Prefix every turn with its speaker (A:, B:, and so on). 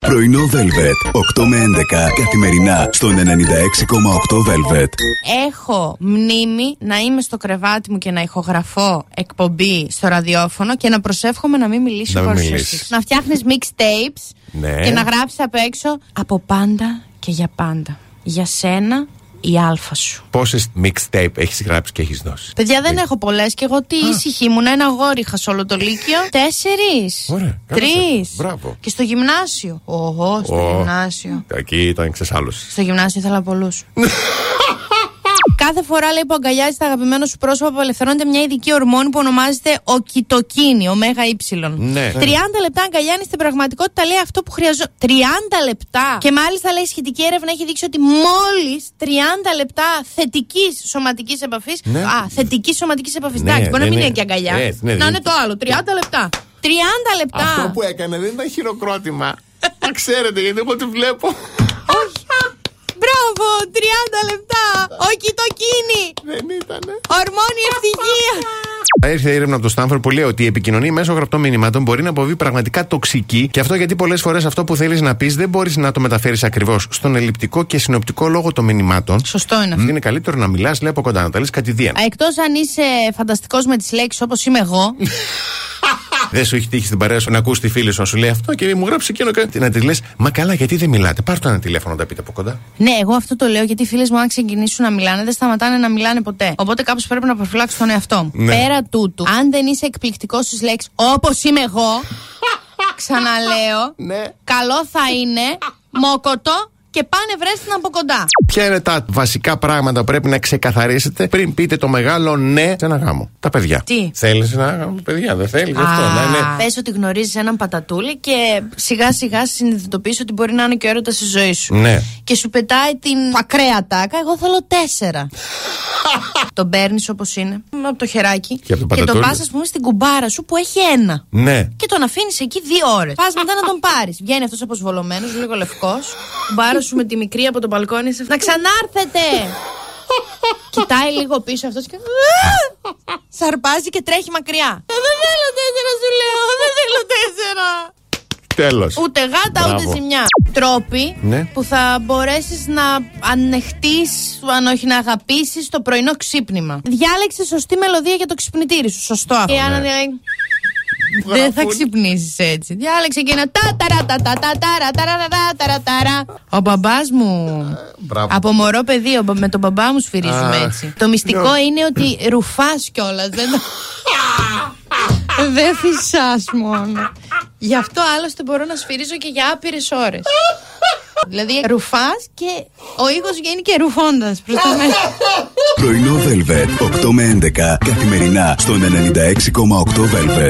A: Πρωινό Velvet. 8 με 11 καθημερινά στον 96,8 Velvet.
B: Έχω μνήμη να είμαι στο κρεβάτι μου και να ηχογραφώ εκπομπή στο ραδιόφωνο και να προσεύχομαι να μην μιλήσω
C: Να μην
B: παρουσιαστής.
C: μιλήσεις.
B: Να φτιάχνεις mixtapes
C: Ναι.
B: και να γράψεις απ' έξω από πάντα και για πάντα. Για σένα η αλφα σου.
C: Πόσες mixtape έχεις γράψει και έχεις δώσει.
B: Παιδιά, δεν έχω πολλές και εγώ τι ήσυχη ήμουν. Ένα αγόρι είχα σε όλο το Λύκειο. Τέσσερις.
C: Ωραία, καλά
B: Τρει.
C: τα- μπράβο.
B: Και στο γυμνάσιο. Οχω, στο
C: Ω.
B: γυμνάσιο.
C: Εκεί ήταν ξεσάλωση.
B: Στο γυμνάσιο ήθελα πολλούς. Κάθε φορά λέει που αγκαλιάζεις τα αγαπημένο σου πρόσωπο, απελευθερώνεται μια ειδική ορμόνη που ονομάζεται οκυτοκίνη, ωμέγα ή.
C: Ναι.
B: 30 λεπτά αγκαλιάνεις στην πραγματικότητα λέει αυτό που χρειαζόταν. 30 λεπτά! Και μάλιστα λέει σχετική έρευνα έχει δείξει ότι μόλις 30 λεπτά θετικής σωματικής επαφής.
C: Ναι.
B: Α, θετικής σωματικής επαφής.
C: Ναι,
B: Εντάξει, μπορεί
C: ναι,
B: να μην
C: ναι.
B: είναι και αγκαλιά.
C: Ε, ναι,
B: να
C: δεν-
B: είναι το άλλο. 30 λεπτά. 30 λεπτά!
C: Αυτό που έκανε δεν ήταν χειροκρότημα. Να ξέρετε, γιατί εγώ τη βλέπω.
B: Όχι! Μπράβο! 30 λεπτά! Οκυτοκίνη!
C: Δεν ήταν.
B: Ορμόνη ευτυχία!
C: Ήρθε έρευνα από το Στάνφορ που λέει ότι η επικοινωνία μέσω γραπτών μηνυμάτων μπορεί να αποβεί πραγματικά τοξική και αυτό γιατί πολλές φορές αυτό που θέλεις να πεις δεν μπορείς να το μεταφέρεις ακριβώς στον ελλειπτικό και συνοπτικό λόγο των μηνυμάτων.
B: Σωστό είναι
C: Είναι καλύτερο να μιλάς, λέει από κοντά, να τα λες κατηδίαν.
B: Εκτός αν είσαι φανταστικός με τις λέξεις όπως είμαι εγώ.
C: Δεν σου έχει τύχει στην παρέα σου να ακούσει τη φίλη σου να σου λέει αυτό και μου γράψει εκείνο και να τη λες Μα καλά, γιατί δεν μιλάτε. Πάρτε ένα τηλέφωνο να τα πείτε από κοντά.
B: ναι, εγώ αυτό το λέω γιατί οι φίλες μου, αν ξεκινήσουν να μιλάνε, δεν σταματάνε να μιλάνε ποτέ. Οπότε κάπως πρέπει να προφυλάξω τον εαυτό μου.
C: Ναι.
B: Πέρα τούτου, αν δεν είσαι εκπληκτικός στις λέξεις όπως είμαι εγώ. ξαναλέω.
C: Ναι.
B: Καλό θα είναι. Μόκοτο και πάνε βρες την από κοντά.
C: Ποια είναι τα βασικά πράγματα που πρέπει να ξεκαθαρίσετε πριν πείτε το μεγάλο ναι σε ένα γάμο. Τα παιδιά.
B: Τι?
C: Θέλεις ένα γάμο, παιδιά, δεν θέλεις αυτό. ναι,
B: Α,
C: Να είναι
B: Πες ότι γνωρίζεις έναν πατατούλη και σιγά σιγά συνειδητοποιείς ότι μπορεί να είναι και ο έρωτας της ζωής σου.
C: Ναι.
B: Και σου πετάει την ακραία τάκα. Εγώ θέλω τέσσερα. τον παίρνει όπως είναι, από το χεράκι.
C: Και από τον
B: τον
C: πατατούλη.
B: πας, ας πούμε, στην κουμπάρα σου που έχει ένα.
C: Ναι.
B: Και τον αφήνεις εκεί δύο ώρες. Πας μετά να τον πάρεις. Βγαίνει αυτός αποσβολωμένο, λίγο λευκός. Κουμπάρα σου με τη μικρή από τον μπαλκόνι. σε- Να ξανάρθετε! Κοιτάει λίγο πίσω αυτός και. «Α!» Σαρπάζει και τρέχει μακριά. «Ε, Δεν θέλω τέσσερα, σου λέω! Δεν θέλω τέσσερα!
C: Τέλος.
B: Ούτε γάτα,
C: Μπράβο.
B: ούτε ζημιά. Τρόποι
C: Ναι.
B: που θα μπορέσεις να ανεχτείς, αν όχι να αγαπήσεις το πρωινό ξύπνημα. Διάλεξε σωστή μελωδία για το ξυπνητήρι σου. Σωστό αυτό.
C: Ναι.
B: Και αν- δεν θα ξυπνήσεις έτσι. Διάλεξε και ένα τα ταρα τα τα τα ταρα ταρα τα ταρα ταρα. Ο μπαμπάς μου.
C: Μπράβο.
B: Από μωρό παιδί, ο μπα- με τον μπαμπά μου σφυρίζουμε
C: Αχ.
B: έτσι. Το μυστικό είναι ότι ρουφάς κιόλας. Δεν το- Δεν φυσάς μόνο. Γι' αυτό άλλωστε μπορώ να σφυρίζω και για άπειρες ώρες. Δηλαδή ρουφάς και ο ήχος βγαίνει και ρουφώντας προς τα μέσα.
A: Πρωινό Velvet. 8 με 11 καθημερινά στον 96,8 Velvet.